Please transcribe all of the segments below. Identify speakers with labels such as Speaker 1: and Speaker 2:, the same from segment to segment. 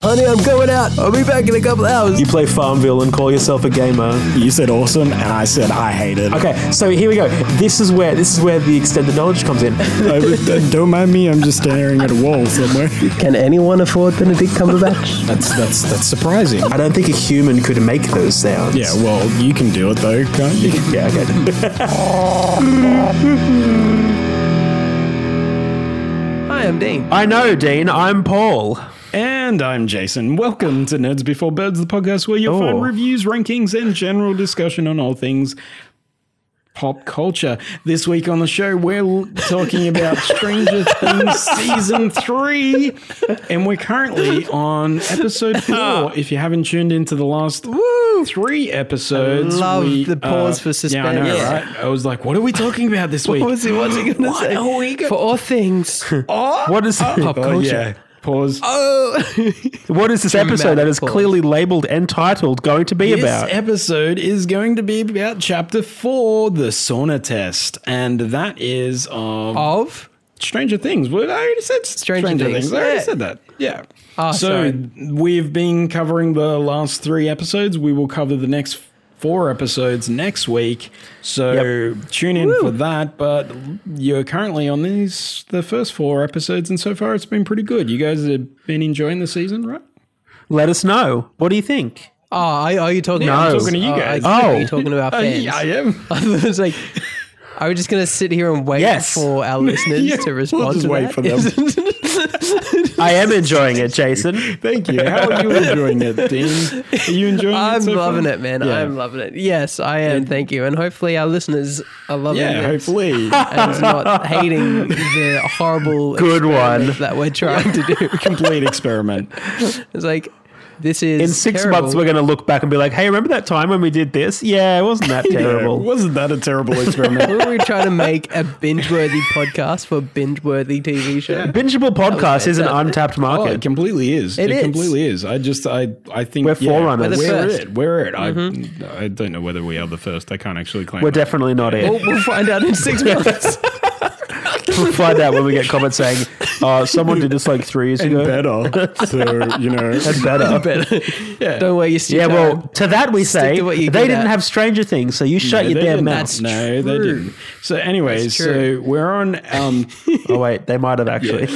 Speaker 1: Honey, I'm going out. I'll be back in a couple hours.
Speaker 2: You play Farmville and call yourself a gamer.
Speaker 3: You said awesome, and I said I hate it.
Speaker 2: Okay, so here we go. This is where this is where the extended knowledge comes in.
Speaker 3: I would- don't mind me. I'm just staring at a wall somewhere.
Speaker 1: Can anyone afford Benedict Cumberbatch?
Speaker 3: That's that's that's surprising.
Speaker 2: I don't think a human could make those sounds.
Speaker 3: Yeah, well, you can do it though, can't you?
Speaker 2: Yeah, okay.
Speaker 1: Hi, I'm Dean.
Speaker 2: I know, Dean. I'm Paul.
Speaker 3: And I'm Jason. Welcome to Nerds Before Birds, the podcast where you'll
Speaker 2: Oh.
Speaker 3: find reviews, rankings, and general discussion on all things pop culture. This week on the show, we're l- talking about Stranger Things season three, and we're currently on episode
Speaker 4: Ah.
Speaker 3: four. If you haven't tuned into the last three episodes,
Speaker 4: love
Speaker 3: we, uh,
Speaker 4: the pause for
Speaker 3: Yeah, I know,
Speaker 4: suspense.
Speaker 3: right? I was like, what are we talking about this week?
Speaker 4: he? What's he going to say? For all things.
Speaker 2: What is pop
Speaker 3: oh, yeah. Pause.
Speaker 4: Oh,
Speaker 2: What is this episode that is
Speaker 4: Dramatic pause.
Speaker 2: clearly labeled and titled going to be
Speaker 3: This
Speaker 2: about?
Speaker 3: episode is going to be about chapter four, the sauna test, and that is um,
Speaker 4: of
Speaker 3: Stranger Things. Well, I already said Stranger, Things.
Speaker 4: Things,
Speaker 3: I already
Speaker 4: yeah.
Speaker 3: said that. Yeah.
Speaker 4: Oh,
Speaker 3: so
Speaker 4: sorry.
Speaker 3: we've been covering the last three episodes. We will cover the next four episodes next week. So tune in for that. But you're currently on these the first four episodes, and so far it's been pretty good. You guys have been enjoying the season, right?
Speaker 2: Let us know. What do you think?
Speaker 4: oh, are, are you talking?
Speaker 2: I'm
Speaker 4: about
Speaker 2: talking
Speaker 3: to you
Speaker 4: Oh,
Speaker 3: guys.
Speaker 4: I thought you
Speaker 2: Oh.
Speaker 4: were talking about fans.
Speaker 3: Uh, I am.
Speaker 4: I was like, are we just going to sit here and wait
Speaker 2: Yes.
Speaker 4: for our listeners to respond?
Speaker 3: we'll just
Speaker 4: to
Speaker 3: wait
Speaker 4: that?
Speaker 3: for them.
Speaker 2: I am enjoying it, Jason.
Speaker 3: Thank you. How are you enjoying it, Dean? Are you enjoying it?
Speaker 4: I'm
Speaker 3: so far?
Speaker 4: loving it, man.
Speaker 3: Yeah.
Speaker 4: I'm loving it. Yes, I am. Thank you. And hopefully our listeners are loving
Speaker 3: Yeah,
Speaker 4: it.
Speaker 3: hopefully.
Speaker 4: And it's not hating the horrible
Speaker 2: Good
Speaker 4: experiment
Speaker 2: one.
Speaker 4: that we're trying to do.
Speaker 3: Complete experiment.
Speaker 4: It's like this is
Speaker 2: In six
Speaker 4: terrible.
Speaker 2: months, we're going to look back and be like, hey, remember that time when we did this? Yeah, it wasn't that
Speaker 3: Yeah,
Speaker 2: terrible.
Speaker 3: wasn't that a terrible experiment?
Speaker 4: Were we trying to make a binge-worthy podcast for binge-worthy TV show?
Speaker 2: Bingeable podcast is an
Speaker 4: fantastic.
Speaker 2: untapped
Speaker 3: Oh, it
Speaker 2: market.
Speaker 3: completely is. It,
Speaker 4: It is.
Speaker 3: completely is. I just, I, I think
Speaker 2: We're forerunners.
Speaker 4: We're the
Speaker 3: We're
Speaker 4: first. Mm-hmm.
Speaker 3: it. We're it. I, I don't know whether we are the first. I can't actually claim.
Speaker 2: We're
Speaker 3: it.
Speaker 2: definitely not it.
Speaker 4: Oh, We'll, we'll find out in six months.
Speaker 2: We'll find out when we get comments saying, uh, someone did this like three years ago.
Speaker 3: better. So you know,
Speaker 2: And better.
Speaker 4: Don't worry, you still
Speaker 2: Yeah, well,
Speaker 4: can.
Speaker 2: to that we say,
Speaker 4: to what
Speaker 2: they
Speaker 4: you're
Speaker 2: didn't
Speaker 4: good at.
Speaker 2: have Stranger Things, so you shut
Speaker 3: they
Speaker 2: your damn
Speaker 3: didn't.
Speaker 2: mouth.
Speaker 4: That's
Speaker 3: no, they
Speaker 4: true.
Speaker 3: didn't. So, anyways, so
Speaker 4: true.
Speaker 3: we're on. Um,
Speaker 2: Oh, wait, they might have actually.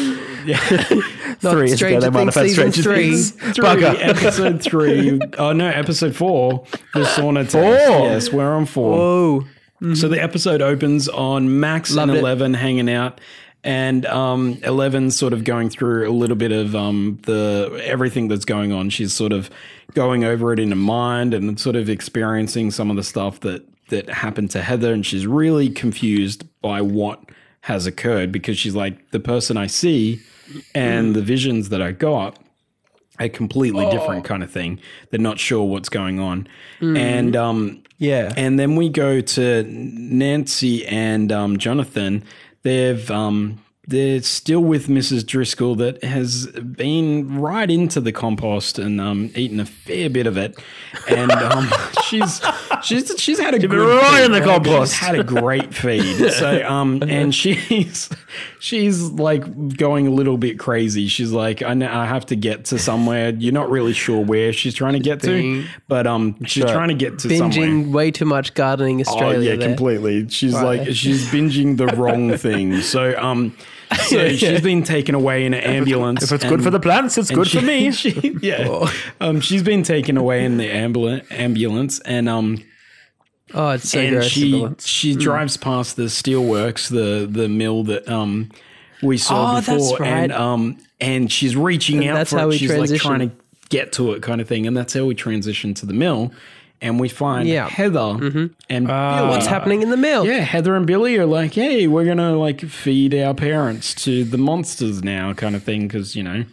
Speaker 4: Not
Speaker 2: Three years ago,
Speaker 4: Stranger
Speaker 2: they might have
Speaker 4: Things season
Speaker 2: had Stranger
Speaker 4: three.
Speaker 2: Things.
Speaker 3: three,
Speaker 2: Bugger.
Speaker 3: episode three. Oh no, episode four. The sauna test.
Speaker 2: Four.
Speaker 3: Yes, we're on four.
Speaker 4: Oh,
Speaker 3: So the episode opens on Max
Speaker 4: Loved
Speaker 3: and
Speaker 4: it.
Speaker 3: Eleven hanging out, and um, Eleven's sort of going through a little bit of um, the everything that's going on. She's sort of going over it in her mind and sort of experiencing some of the stuff that that happened to Heather, and she's really confused by what has occurred because she's like the person I see and the visions that I got a completely
Speaker 4: Oh.
Speaker 3: different kind of thing. They're not sure what's going on. And um
Speaker 2: Yeah.
Speaker 3: and then we go to Nancy and um, Jonathan. They've um, they're still with Mrs. Driscoll that has been right into the compost and um, eaten a fair bit of it, and um, she's she's she's had a good
Speaker 2: right
Speaker 3: feed,
Speaker 2: in the compost.
Speaker 3: She's had a great feed. So um, and she's she's like going a little bit crazy. She's like, I know I have to get to somewhere. You're not really sure where she's trying to get to, but um, she's trying to get to
Speaker 4: binging
Speaker 3: somewhere.
Speaker 4: way too much gardening Australia.
Speaker 3: Oh yeah,
Speaker 4: there.
Speaker 3: completely. She's like she's binging the wrong thing. So um, so she's been taken away in an ambulance.
Speaker 2: If it's good for the plants, it's good for me. Oh.
Speaker 3: she, yeah, um, she's been taken away in the ambulance, ambulance, and um,
Speaker 4: Oh, it's so
Speaker 3: and
Speaker 4: gross.
Speaker 3: she
Speaker 2: Hmm.
Speaker 3: she drives past the steelworks, the the mill that um we saw
Speaker 4: Oh, that's
Speaker 3: before, and
Speaker 4: right.
Speaker 3: um and she's reaching out
Speaker 4: that's
Speaker 3: for
Speaker 4: how
Speaker 3: it.
Speaker 4: we
Speaker 3: she's like
Speaker 4: transition.
Speaker 3: trying to get to it, kind of thing, and that's how we transition to the mill, and we find
Speaker 4: Yeah.
Speaker 3: Heather
Speaker 2: Mm-hmm.
Speaker 3: and Billy.
Speaker 2: Uh,
Speaker 4: What's happening in the mill?
Speaker 3: Yeah, Heather and Billy are like, hey, we're gonna like feed our parents to the monsters now, kind of thing, because you know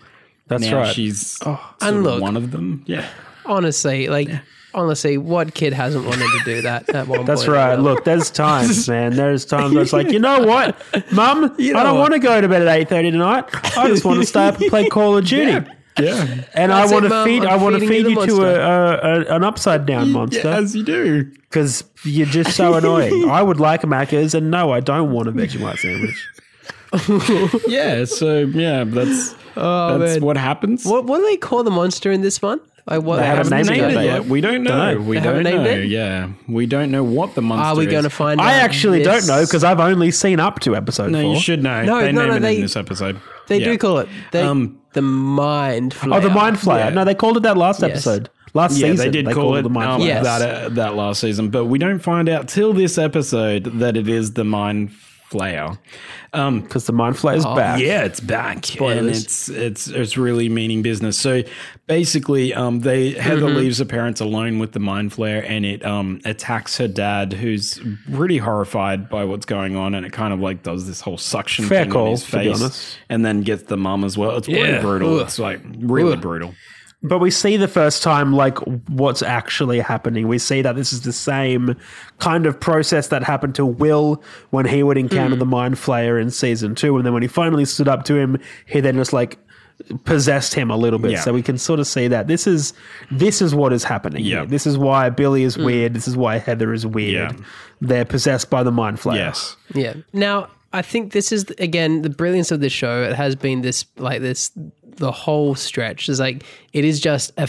Speaker 2: That's
Speaker 3: now
Speaker 2: right.
Speaker 3: she's sort
Speaker 4: and
Speaker 3: of
Speaker 4: look-
Speaker 3: one of them. Yeah,
Speaker 4: Honestly, like honestly, what kid hasn't wanted to do that at one
Speaker 2: That's
Speaker 4: point?
Speaker 2: right. Look, there's times, man. There's times where it's like, you know what, Mum, I don't
Speaker 4: what?
Speaker 2: want to go to bed at eight thirty tonight. I just want to stay up and play Call of Duty.
Speaker 3: yeah,
Speaker 2: And
Speaker 4: That's it,
Speaker 2: I want to
Speaker 4: Mum,
Speaker 2: feed.
Speaker 4: I'm
Speaker 2: I want to
Speaker 4: feeding you
Speaker 2: feed
Speaker 4: the
Speaker 2: you to
Speaker 4: monster.
Speaker 2: a, a, a, an upside down monster
Speaker 3: as you do.
Speaker 2: because you're just so annoying. I would like Macca's, and no, I don't want a Vegemite sandwich.
Speaker 3: Yeah, so yeah, that's
Speaker 4: Oh
Speaker 3: That's
Speaker 4: man.
Speaker 3: what happens.
Speaker 4: What what do they call the monster in this one? Like what?
Speaker 2: They
Speaker 4: how
Speaker 2: haven't
Speaker 4: does
Speaker 3: Haven't
Speaker 2: named
Speaker 3: named
Speaker 2: it
Speaker 3: it
Speaker 2: yet.
Speaker 3: yet. We don't know. We
Speaker 4: They
Speaker 3: don't
Speaker 4: haven't
Speaker 3: know.
Speaker 4: named it?
Speaker 3: Yeah, we don't know what the monster.
Speaker 4: Are we
Speaker 3: going
Speaker 4: going to find?
Speaker 2: I
Speaker 4: out
Speaker 2: actually
Speaker 4: this-
Speaker 2: don't know because I've only seen up to episode
Speaker 3: No,
Speaker 2: four.
Speaker 3: you should know.
Speaker 4: No,
Speaker 3: they
Speaker 4: no,
Speaker 3: name
Speaker 4: no,
Speaker 3: it
Speaker 4: they-
Speaker 3: in this episode.
Speaker 4: They
Speaker 3: Yeah.
Speaker 4: do call it they,
Speaker 3: Um,
Speaker 4: the mind. Flayer.
Speaker 2: Oh, the Mind Flayer. No, they called it that last episode. Last
Speaker 3: Yeah,
Speaker 2: season,
Speaker 3: they did call
Speaker 2: called
Speaker 3: it
Speaker 2: the Mind
Speaker 3: um,
Speaker 2: Flayer.
Speaker 4: Yes.
Speaker 3: that uh, that last season, but we don't find out till this episode that it is the Mind Flayer.
Speaker 2: because the Mind Flayer's back.
Speaker 3: Yeah, it's back, and
Speaker 4: Spoilers.
Speaker 3: it's it's it's really meaning business. So basically, um, they Heather leaves her parents alone with the mind flare, and it um attacks her dad, who's pretty horrified by what's going on, and it kind of like does this whole suction
Speaker 2: Fair
Speaker 3: thing
Speaker 2: call,
Speaker 3: on his
Speaker 2: to be
Speaker 3: face,
Speaker 2: honest.
Speaker 3: and then gets the mum as well. It's really
Speaker 4: Yeah.
Speaker 3: brutal.
Speaker 4: Ugh.
Speaker 3: It's like really
Speaker 4: Ugh.
Speaker 3: brutal.
Speaker 2: But we see the first time like what's actually happening. We see that this is the same kind of process that happened to Will when he would encounter
Speaker 3: Hmm.
Speaker 2: the Mind Flayer in season two, and then when he finally stood up to him, he then just like possessed him a little bit.
Speaker 3: Yeah.
Speaker 2: So we can sort of see that this is this is what is happening.
Speaker 3: Yeah. Hmm.
Speaker 2: here. This is why Billy is weird. This is why Heather is weird.
Speaker 3: Yeah.
Speaker 2: They're possessed by the Mind Flayer.
Speaker 3: Yes.
Speaker 4: Yeah. Now, I think this is again the brilliance of this show. It has been this like this the whole stretch is like it is just a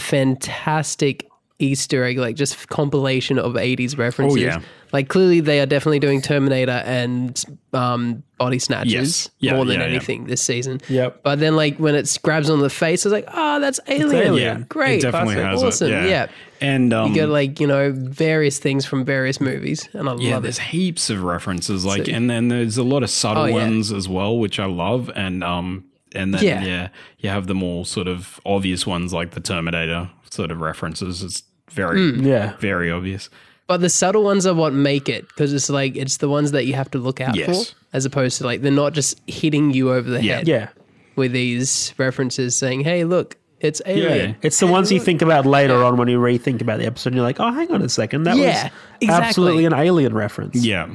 Speaker 4: fantastic Easter egg, like just compilation of '80s references.
Speaker 3: Oh, yeah.
Speaker 4: Like clearly, they are definitely doing Terminator and um, Body Snatchers
Speaker 3: Yes. Yeah,
Speaker 4: more than
Speaker 3: yeah, yeah.
Speaker 4: anything this season.
Speaker 2: Yep.
Speaker 4: But then, like when it grabs on the face, it's like, oh, that's Alien.
Speaker 2: Alien.
Speaker 3: Yeah,
Speaker 4: Great.
Speaker 3: It definitely
Speaker 4: Perfect.
Speaker 3: has
Speaker 4: awesome.
Speaker 3: it. Yeah.
Speaker 4: yeah.
Speaker 3: And um,
Speaker 4: You get like you know various things from various movies, and I
Speaker 3: Yeah,
Speaker 4: love it.
Speaker 3: there's heaps of references, like, and then there's a lot of subtle
Speaker 4: Oh, yeah.
Speaker 3: ones as well, which I love, and um, and then yeah.
Speaker 4: Yeah.
Speaker 3: you have the more sort of obvious ones like the Terminator sort of references. It's very,
Speaker 4: Hmm.
Speaker 2: Yeah.
Speaker 3: very obvious.
Speaker 4: But the subtle ones are what make it because it's like it's the ones that you have to look out
Speaker 3: Yes.
Speaker 4: for, as opposed to like they're not just hitting you over the
Speaker 3: Yeah.
Speaker 4: head
Speaker 2: Yeah.
Speaker 4: with these references saying, "Hey, look, it's alien."
Speaker 2: It's the ones you think about later on when you rethink about the episode and you're like, oh, hang on a second. That
Speaker 4: Yeah,
Speaker 2: was
Speaker 4: exactly.
Speaker 2: absolutely an alien reference.
Speaker 3: Yeah,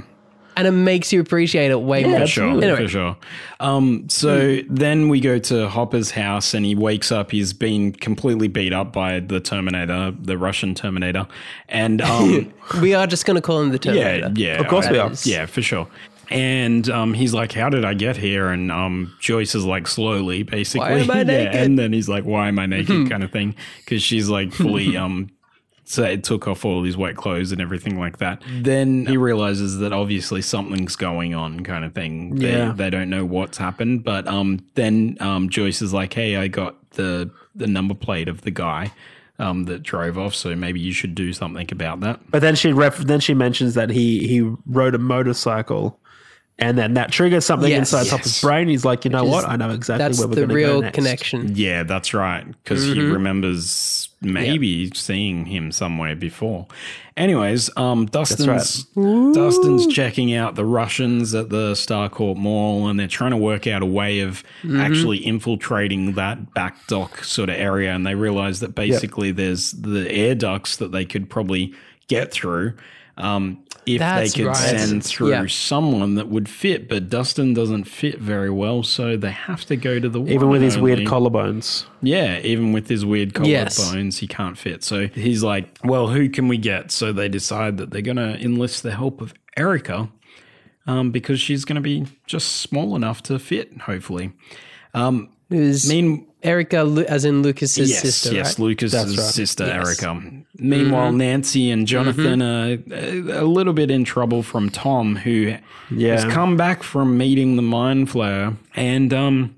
Speaker 4: and it makes you appreciate it way more.
Speaker 3: for sure,
Speaker 2: absolutely.
Speaker 3: for sure. Um, so
Speaker 4: Hmm.
Speaker 3: then we go to Hopper's house, and he wakes up. He's been completely beat up by the Terminator, the Russian Terminator, and um,
Speaker 4: We are just going to call him the
Speaker 3: yeah,
Speaker 4: Terminator.
Speaker 3: yeah,
Speaker 2: Of course we are.
Speaker 3: Yeah, for sure. And um, he's like, "How did I get here?" And um, Joyce is like, slowly, basically,
Speaker 4: am I naked?
Speaker 3: And then he's like, "Why am I naked?" kind of thing, because she's like fully um, so it took off all his wet clothes and everything like that. Then he realizes that obviously something's going on, kind of thing. They,
Speaker 2: Yeah.
Speaker 3: they don't know what's happened, but um, then um, Joyce is like, "Hey, I got the the number plate of the guy." Um, that drove off, so maybe you should do something about that.
Speaker 2: But then she ref- then she mentions that he he rode a motorcycle and then that triggers something
Speaker 4: Yes.
Speaker 2: inside Hopper's brain. He's like, you know what? I know exactly
Speaker 4: That's
Speaker 2: where we're
Speaker 4: the
Speaker 2: going to go
Speaker 4: real
Speaker 2: next.
Speaker 4: connection.
Speaker 3: Yeah, that's right. Because
Speaker 2: Mm-hmm.
Speaker 3: he remembers maybe seeing him somewhere before. Anyways, um, Dustin's Dustin's checking out the Russians at the Starcourt Mall, and they're trying to work out a way of
Speaker 2: Mm-hmm.
Speaker 3: actually infiltrating that back dock sort of area. And they realize that basically there's the air ducts that they could probably get through. Um, if
Speaker 4: That's
Speaker 3: they could
Speaker 4: right.
Speaker 3: send through
Speaker 4: Yeah.
Speaker 3: someone that would fit, but Dustin doesn't fit very well, so they have to go to the one
Speaker 2: Even with his
Speaker 3: and
Speaker 2: weird
Speaker 3: only.
Speaker 2: collarbones.
Speaker 3: Yeah, even with his weird collar
Speaker 4: Yes.
Speaker 3: bones, he can't fit. So he's like, well, who can we get? So they decide that they're going to enlist the help of Erica um, because she's going to be just small enough to fit, hopefully.
Speaker 4: Who's
Speaker 3: Mean-
Speaker 4: Erica, Lu- as in Lucas's
Speaker 3: Mm. yes,
Speaker 4: sister,
Speaker 3: yes,
Speaker 4: right?
Speaker 3: Lucas's sister,
Speaker 4: Yes. Mm-hmm.
Speaker 3: Erica. Meanwhile, Nancy and Jonathan are uh, a, a little bit in trouble from Tom, who
Speaker 2: Yeah.
Speaker 3: has come back from meeting the Mind Flayer, and um,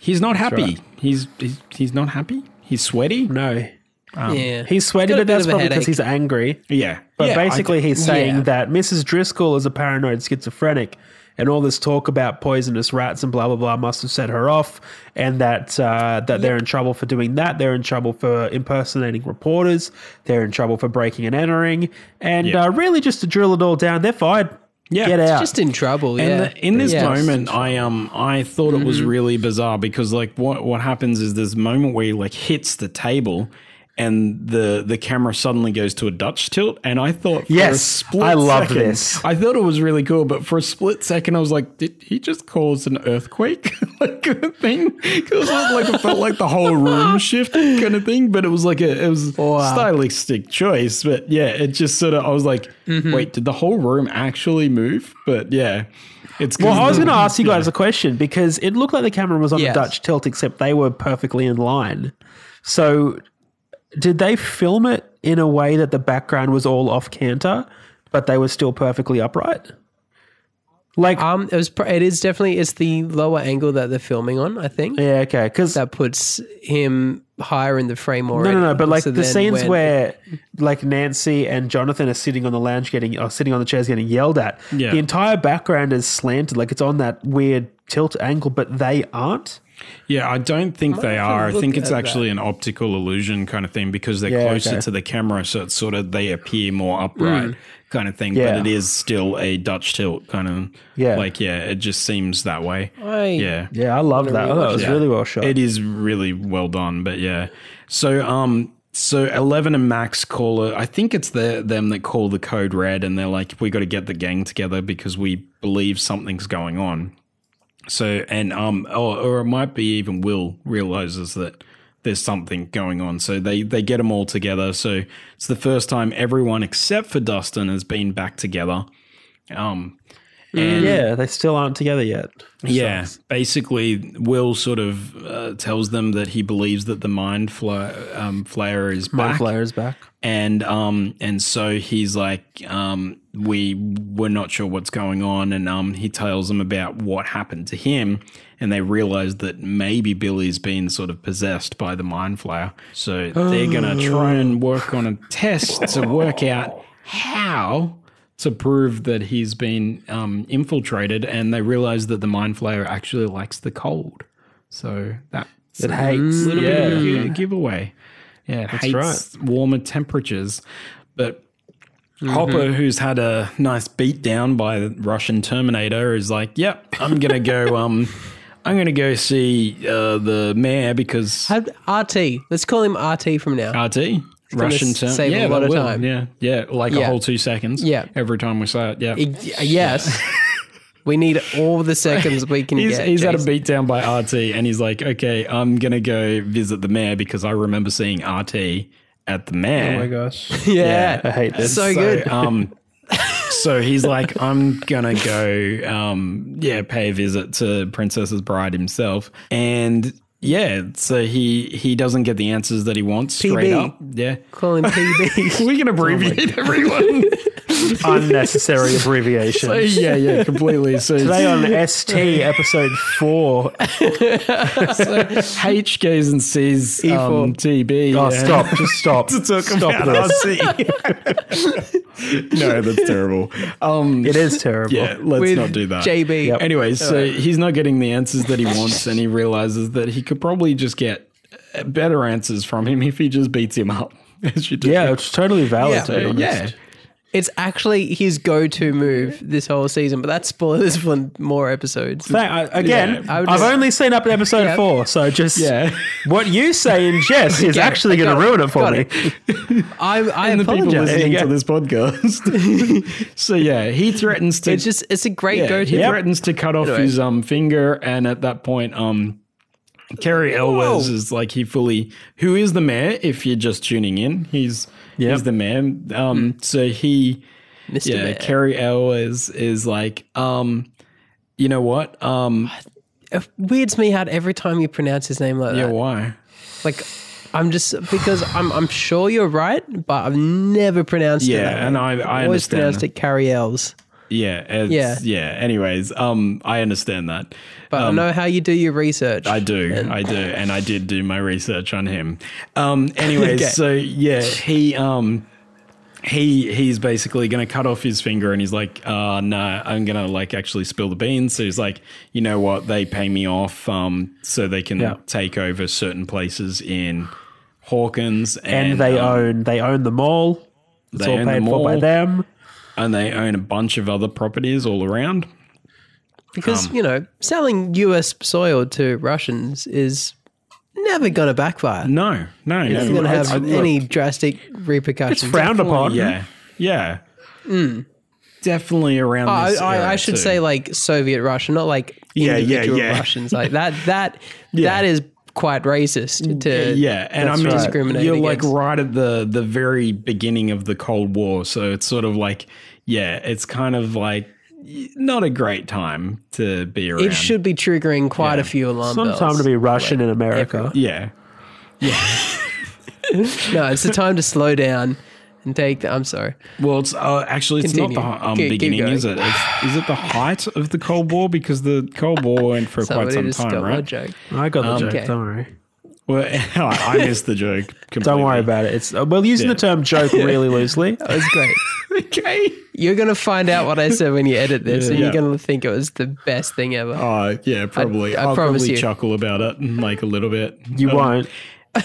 Speaker 3: he's not happy. He's, he's he's not happy. He's sweaty.
Speaker 2: No.
Speaker 3: Um,
Speaker 4: yeah,
Speaker 2: He's sweaty,
Speaker 4: Got a
Speaker 2: but
Speaker 4: bit
Speaker 2: that's
Speaker 4: of a
Speaker 2: probably because
Speaker 4: headache.
Speaker 2: he's angry.
Speaker 3: Yeah,
Speaker 2: But
Speaker 3: Yeah, I-
Speaker 2: basically, he's saying
Speaker 4: Yeah.
Speaker 2: that Mrs. Driscoll is a paranoid schizophrenic, and all this talk about poisonous rats and blah blah blah must have set her off, and that uh, that they're in trouble for doing that. They're in trouble for impersonating reporters. They're in trouble for breaking and entering, and
Speaker 3: Yeah.
Speaker 2: uh, really just to drill it all down, they're fired.
Speaker 3: Yeah.
Speaker 2: get
Speaker 3: It's
Speaker 2: out.
Speaker 4: just in trouble.
Speaker 3: And
Speaker 4: yeah,
Speaker 3: the- in this
Speaker 4: Yeah.
Speaker 3: moment, I um I thought it
Speaker 2: Mm-hmm.
Speaker 3: was really bizarre because like what what happens is this moment where he like hits the table. And the, the camera suddenly goes to a Dutch tilt, and I thought, for a
Speaker 2: Yes,
Speaker 3: split
Speaker 2: I love
Speaker 3: second-
Speaker 2: this.
Speaker 3: I thought it was really cool, but for a split second, I was like, did he just cause an earthquake, like kind of thing? Because like it felt like the whole room shifted, kind of thing. But it was like a it was stylistic choice,
Speaker 2: Mm-hmm.
Speaker 3: but yeah, it just sort of I was like, wait, did the whole room actually move? But yeah, It's
Speaker 2: Well, I was
Speaker 3: good.
Speaker 2: going to ask you guys a question because it looked like the camera was on
Speaker 4: Yes.
Speaker 2: a Dutch tilt, except they were perfectly in line. So, did they film it in a way that the background was all off canter, but they were still perfectly upright? Like,
Speaker 4: Um, it was. pr- It is definitely. It's the lower angle that they're filming on. I think
Speaker 2: yeah, okay, because
Speaker 4: that puts him higher in the frame
Speaker 2: No,
Speaker 4: already.
Speaker 2: no, no. But like
Speaker 4: So
Speaker 2: the
Speaker 4: then
Speaker 2: scenes
Speaker 4: when-
Speaker 2: where like Nancy and Jonathan are sitting on the lounge getting or sitting on the chairs getting yelled at.
Speaker 3: Yeah.
Speaker 2: The entire background is slanted, like it's on that weird tilt angle, but they aren't.
Speaker 3: Yeah, I don't think they
Speaker 4: have to
Speaker 3: are. I
Speaker 4: look
Speaker 3: think it's
Speaker 4: at
Speaker 3: actually an optical illusion kind of thing because they're
Speaker 2: Yeah,
Speaker 3: closer
Speaker 2: okay.
Speaker 3: to the camera, so it's sort of they appear more upright
Speaker 4: Hmm.
Speaker 3: kind of thing.
Speaker 2: Yeah.
Speaker 3: But it is still a Dutch tilt kind of.
Speaker 2: Yeah.
Speaker 3: like yeah, it just seems that way.
Speaker 4: I-
Speaker 3: yeah,
Speaker 2: Yeah, I love that. Oh, that was
Speaker 3: Yeah.
Speaker 2: really well shot.
Speaker 3: It is really well done, but yeah. So um so Eleven and Max call it I think it's the them that call the code red and they're like, We gotta get the gang together because we believe something's going on. So and um or, or it might be even Will realizes that there's something going on. So they they get them all together. So it's the first time everyone except for Dustin has been back together. Um and
Speaker 2: yeah, they still aren't together yet.
Speaker 3: yeah, basically, Will sort of uh, tells them that he believes that the mind fla- um, flayer is
Speaker 2: Mind
Speaker 3: back,
Speaker 2: Flayer is back.
Speaker 3: and um, and so he's like, um, we we're not sure what's going on, and um, he tells them about what happened to him, and they realize that maybe Billy's been sort of possessed by the mind flayer, so they're gonna try and work on a test to work out how to prove that he's been um, infiltrated, and they realize that the mind flayer actually likes the cold. So that's
Speaker 2: It hates.
Speaker 3: a little bit of a
Speaker 2: Yeah.
Speaker 3: gi- giveaway. Yeah, it hates
Speaker 2: right.
Speaker 3: warmer temperatures. But Hopper,
Speaker 4: Mm-hmm.
Speaker 3: who's had a nice beat down by the Russian Terminator, is like, "Yep, I'm gonna go. Um, I'm gonna go see uh, the mayor because
Speaker 4: Had- RT. Let's call him RT from now.
Speaker 3: RT." Russian
Speaker 4: s-
Speaker 3: term,
Speaker 4: save a
Speaker 3: yeah,
Speaker 4: lot
Speaker 3: that
Speaker 4: of
Speaker 3: will.
Speaker 4: time.
Speaker 3: yeah, yeah, like a
Speaker 4: Yeah.
Speaker 3: whole two seconds,
Speaker 4: Yeah.
Speaker 3: every time we say it, yeah.
Speaker 4: I- yes. we need all the seconds we can
Speaker 3: He's,
Speaker 4: get.
Speaker 3: he's had a
Speaker 4: Jason.
Speaker 3: beatdown by RT, and he's like, "Okay, I'm gonna go visit the mayor because I remember seeing RT at the
Speaker 4: Oh
Speaker 3: mayor."
Speaker 2: gosh.
Speaker 4: Yeah.
Speaker 2: I hate this.
Speaker 4: So good.
Speaker 3: um so he's like i'm gonna go um yeah pay a visit to princess's bride himself and yeah so he he doesn't get the answers that he wants straight
Speaker 4: PB.
Speaker 3: up yeah Oh
Speaker 4: Call him PB.
Speaker 3: we can abbreviate everyone
Speaker 2: Unnecessary abbreviation.
Speaker 3: yeah yeah completely so
Speaker 2: Today on ST episode four.
Speaker 3: h goes and sees um, tb
Speaker 2: Oh,
Speaker 3: yeah.
Speaker 2: stop! Just stop! stop this!
Speaker 3: no that's terrible um
Speaker 2: It is terrible.
Speaker 3: yeah let's
Speaker 4: With
Speaker 3: not do that
Speaker 4: JB.
Speaker 2: Yep.
Speaker 3: Anyway, so he's not getting the answers that he wants, and he realizes that he could probably just get better answers from him if he just beats him up. As you do.
Speaker 2: Yeah, it's totally valid.
Speaker 4: Yeah.
Speaker 2: to be honest.
Speaker 3: yeah.
Speaker 4: It's actually his go-to move this whole season, but that's spoilers for more episodes.
Speaker 2: Thank- I- again,
Speaker 4: I would
Speaker 2: I've
Speaker 4: just-
Speaker 2: only seen up to episode
Speaker 4: Yep.
Speaker 2: four, so just
Speaker 3: Yeah.
Speaker 2: what you say in jest is
Speaker 4: Got it.
Speaker 2: actually
Speaker 4: I
Speaker 2: going
Speaker 4: got
Speaker 2: to
Speaker 4: it.
Speaker 2: ruin it for
Speaker 4: Got
Speaker 2: me.
Speaker 4: I, I
Speaker 3: And the people
Speaker 4: apologize.
Speaker 3: listening
Speaker 2: Yeah.
Speaker 3: to this podcast. so yeah, he threatens to.
Speaker 4: It's just it's a great
Speaker 3: yeah,
Speaker 4: go-to.
Speaker 3: he threatens to cut off
Speaker 4: Anyway.
Speaker 3: his um finger, and at that point, um. Kerry Elwes is like he fully who is the mayor if you're just tuning in he's he's the mayor um so he
Speaker 4: Mr.
Speaker 3: yeah,
Speaker 4: Bear.
Speaker 3: Carrie L is is like, um, you know what? Um,
Speaker 4: It weirds me out every time you pronounce his name like
Speaker 3: yeah,
Speaker 4: that.
Speaker 3: why?
Speaker 4: Like I'm just because I'm I'm sure you're right, but I've never pronounced it. that
Speaker 3: Yeah,
Speaker 4: way.
Speaker 3: and I I
Speaker 4: I've always
Speaker 3: understand.
Speaker 4: pronounced it Carriels.
Speaker 3: Yeah, it's, yeah,
Speaker 4: Yeah.
Speaker 3: Anyways, um, I understand that.
Speaker 4: But I know how you do your research.
Speaker 3: Um, I do, I do, and I did do my research on him. Um, anyways,
Speaker 4: Okay.
Speaker 3: so yeah, he um. He he's basically gonna cut off his finger and he's like, uh no, I'm gonna like actually spill the beans. So he's like, you know what, they pay me off um so they can
Speaker 2: Yeah.
Speaker 3: take over certain places in Hawkins and,
Speaker 2: And, they
Speaker 3: um,
Speaker 2: own they own the mall. It's
Speaker 3: They
Speaker 2: all
Speaker 3: own the
Speaker 2: paid for by
Speaker 3: mall.
Speaker 2: them.
Speaker 3: and they own a bunch of other properties all around.
Speaker 4: because
Speaker 3: um,
Speaker 4: you know selling U.S. soil to Russians is never going to backfire.
Speaker 3: No, no,
Speaker 4: it's
Speaker 3: no.
Speaker 4: going to have
Speaker 3: I- I- look,
Speaker 4: any drastic repercussions.
Speaker 2: It's frowned upon.
Speaker 3: Yeah, yeah, definitely around.
Speaker 4: Oh, I,
Speaker 3: this era
Speaker 4: I, I should
Speaker 3: too.
Speaker 4: say like Soviet Russia, not like
Speaker 3: Yeah, yeah,
Speaker 4: individual
Speaker 3: yeah.
Speaker 4: Russians. Like that that that is quite racist to
Speaker 3: Yeah, and I
Speaker 4: that's
Speaker 3: mean,
Speaker 4: right. discriminate
Speaker 3: you're like
Speaker 4: against.
Speaker 3: right at the the very beginning of the Cold War, so it's sort of like, yeah, it's kind of like not a great time to be around.
Speaker 4: It should be triggering quite a few alarm
Speaker 2: Some
Speaker 4: bells.
Speaker 2: time to be Russian in America.
Speaker 3: Yeah.
Speaker 4: No, it's the time to slow down and take. The, I'm sorry.
Speaker 3: Well, it's uh, actually it's
Speaker 4: Continue.
Speaker 3: not the hi- um,
Speaker 4: Keep- keep
Speaker 3: beginning,
Speaker 4: going.
Speaker 3: is it? It's, is it the height of the Cold War? Because the Cold War went for quite
Speaker 4: Somebody
Speaker 3: some
Speaker 4: just
Speaker 3: time,
Speaker 4: got my
Speaker 3: right?
Speaker 4: joke.
Speaker 2: I got the joke.
Speaker 4: okay.
Speaker 2: Don't worry.
Speaker 3: Well, I missed the joke. Completely.
Speaker 2: Don't worry about it. It's uh, we're using the term joke really loosely.
Speaker 4: That was great.
Speaker 3: Okay.
Speaker 4: You're gonna find out what I said when you edit this, and
Speaker 3: Yeah.
Speaker 4: you're gonna think it was the best thing ever.
Speaker 3: Uh, yeah, probably.
Speaker 4: I
Speaker 3: I, will
Speaker 4: promise
Speaker 3: probably
Speaker 4: you.
Speaker 3: chuckle about it and like a little bit.
Speaker 2: You
Speaker 3: Um,
Speaker 2: won't.